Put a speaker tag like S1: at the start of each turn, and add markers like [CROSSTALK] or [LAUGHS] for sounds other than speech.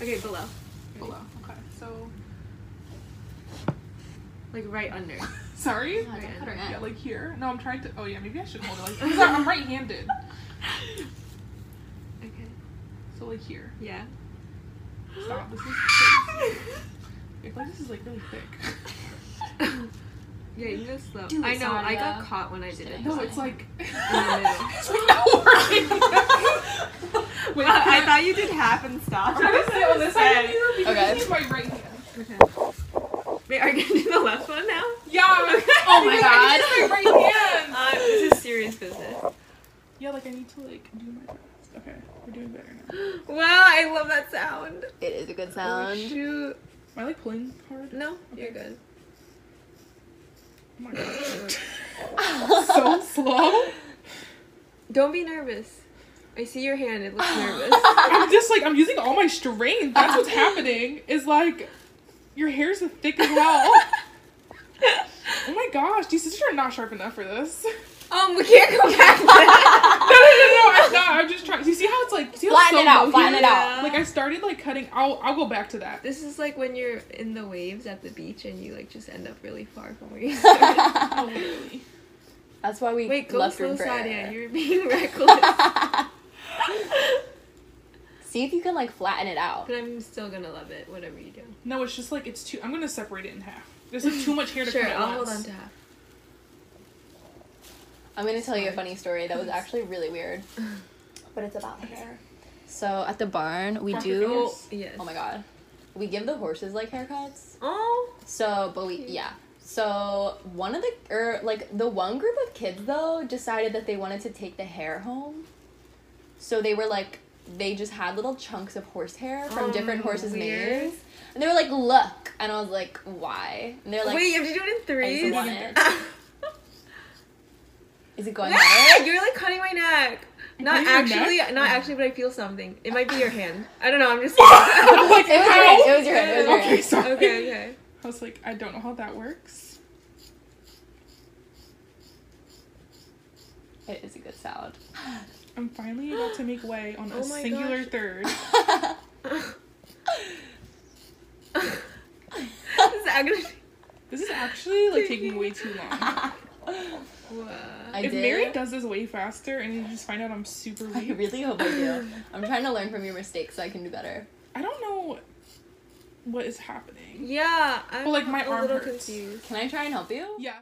S1: Okay, below.
S2: Below. Okay. So
S1: Like right under.
S2: [LAUGHS] sorry.
S3: Yeah, don't put her
S2: Yeah,
S3: in.
S2: like here. No, I'm trying to. Oh yeah, maybe I should hold it like [LAUGHS] because I'm right-handed.
S1: [LAUGHS] Okay.
S2: So like here.
S1: Yeah.
S2: Stop. This [LAUGHS] is. I feel like this is like really thick.
S1: [LAUGHS]
S2: [LAUGHS]
S1: yeah, you go slow.
S3: Do it,
S1: I know, I got
S3: Sadia.
S1: caught when I did it.
S3: kidding.
S2: No, it's like. [LAUGHS]
S1: middle.
S2: it's like not [LAUGHS] working.
S1: [LAUGHS]
S2: Wait,
S1: I I thought you did half and stopped. [LAUGHS]
S2: I'm gonna sit on this side of you because
S3: Okay.
S2: this is my right hand.
S1: Okay. Wait, are you gonna do the left one [LAUGHS] now?
S2: [LAUGHS] Yeah.
S3: Oh my god.
S2: my right hand.
S1: Uh, this is serious business.
S2: Yeah, like I need to like do my best. Okay, we're doing better now.
S1: Wow, I love that sound.
S3: It is a good
S2: Oh,
S3: sound.
S2: shoot. Am I like pulling hard?
S1: No,
S2: you're
S1: good.
S2: Oh my god. [LAUGHS] so slow.
S1: Don't be nervous. I see your hand. It looks nervous.
S2: I'm just like I'm using all my strength. That's what's happening. Is like your hair's thick as hell. Oh my gosh, these scissors are not sharp enough for this.
S1: [LAUGHS]
S2: [LAUGHS]
S1: um, we can't go back. to that.
S2: No, no, no, no, I'm not. I'm just trying. You see how it's like? See how it's
S3: Flatten it
S2: so
S3: out,
S2: wonky?
S3: flatten it out.
S1: [LAUGHS] Yeah.
S2: Like I started like cutting. I'll I'll go back to that.
S1: [LAUGHS] This is like when you're in the waves at the beach and you like just end up really far from where you [LAUGHS] started.
S2: Oh really?
S3: That's why we
S1: Wait, go
S3: left
S1: slow,
S3: room for
S1: Sadia.
S3: [LAUGHS] error.
S1: You're being reckless.
S3: See if you can like flatten it out.
S1: But I'm still gonna love it, whatever you do.
S2: No, it's just like it's too. I'm gonna separate it in half. There's like too much hair to
S1: Sure,
S2: cut at
S1: I'll hold
S2: once. [LAUGHS]
S1: on to half.
S3: I'm gonna tell you a funny story that was actually really weird,
S1: [LAUGHS]
S3: but it's about hair. So at the barn we
S2: Cross your
S3: do.
S2: fingers.
S1: Yes.
S3: Oh my god, we give the horses like haircuts.
S1: Oh.
S3: So, but we, yeah. So, one of the, or like the one group of kids though decided that they wanted to take the hair home. So they were like, they just had little chunks of horsehair from
S1: Oh,
S3: different horses'
S1: weird.
S3: manes. And they were like, look. And I was like, why? And they're like,
S1: Wait, you have to do it in
S3: I just
S1: threes.
S3: want
S2: threes?
S1: [LAUGHS]
S3: it. [LAUGHS] Is it going
S1: Ah,
S3: better?
S1: You're like cutting my neck. Not
S2: Cutting your
S1: actually,
S2: neck? Oh.
S1: not actually, but I feel something. It might be your hand. I don't know. I'm just.
S2: I'm like,
S3: It was your
S2: how?
S3: hand, it was your hand, it was your
S2: okay,
S3: hand.
S2: sorry.
S1: [LAUGHS] okay,
S3: [LAUGHS]
S1: okay. [LAUGHS]
S2: I was like, I don't know how that works.
S3: It is a good sound. [LAUGHS]
S2: I'm finally able to make way on
S1: Oh
S2: a
S1: my
S2: singular
S1: gosh.
S2: third.
S1: this is actually.
S2: This is actually like taking way too long.
S1: Wow.
S3: [LAUGHS] I
S2: if
S3: did.
S2: Mary does this way faster and you just find out I'm super
S3: I
S2: weak,
S3: really hope I do. I'm trying to learn from your mistakes so I can do better.
S2: I don't know what is happening.
S1: Yeah, I'm
S2: Well, like, my
S1: a
S2: arm
S1: little
S2: hurts.
S1: confused.
S3: Can I try and help you?
S2: Yeah.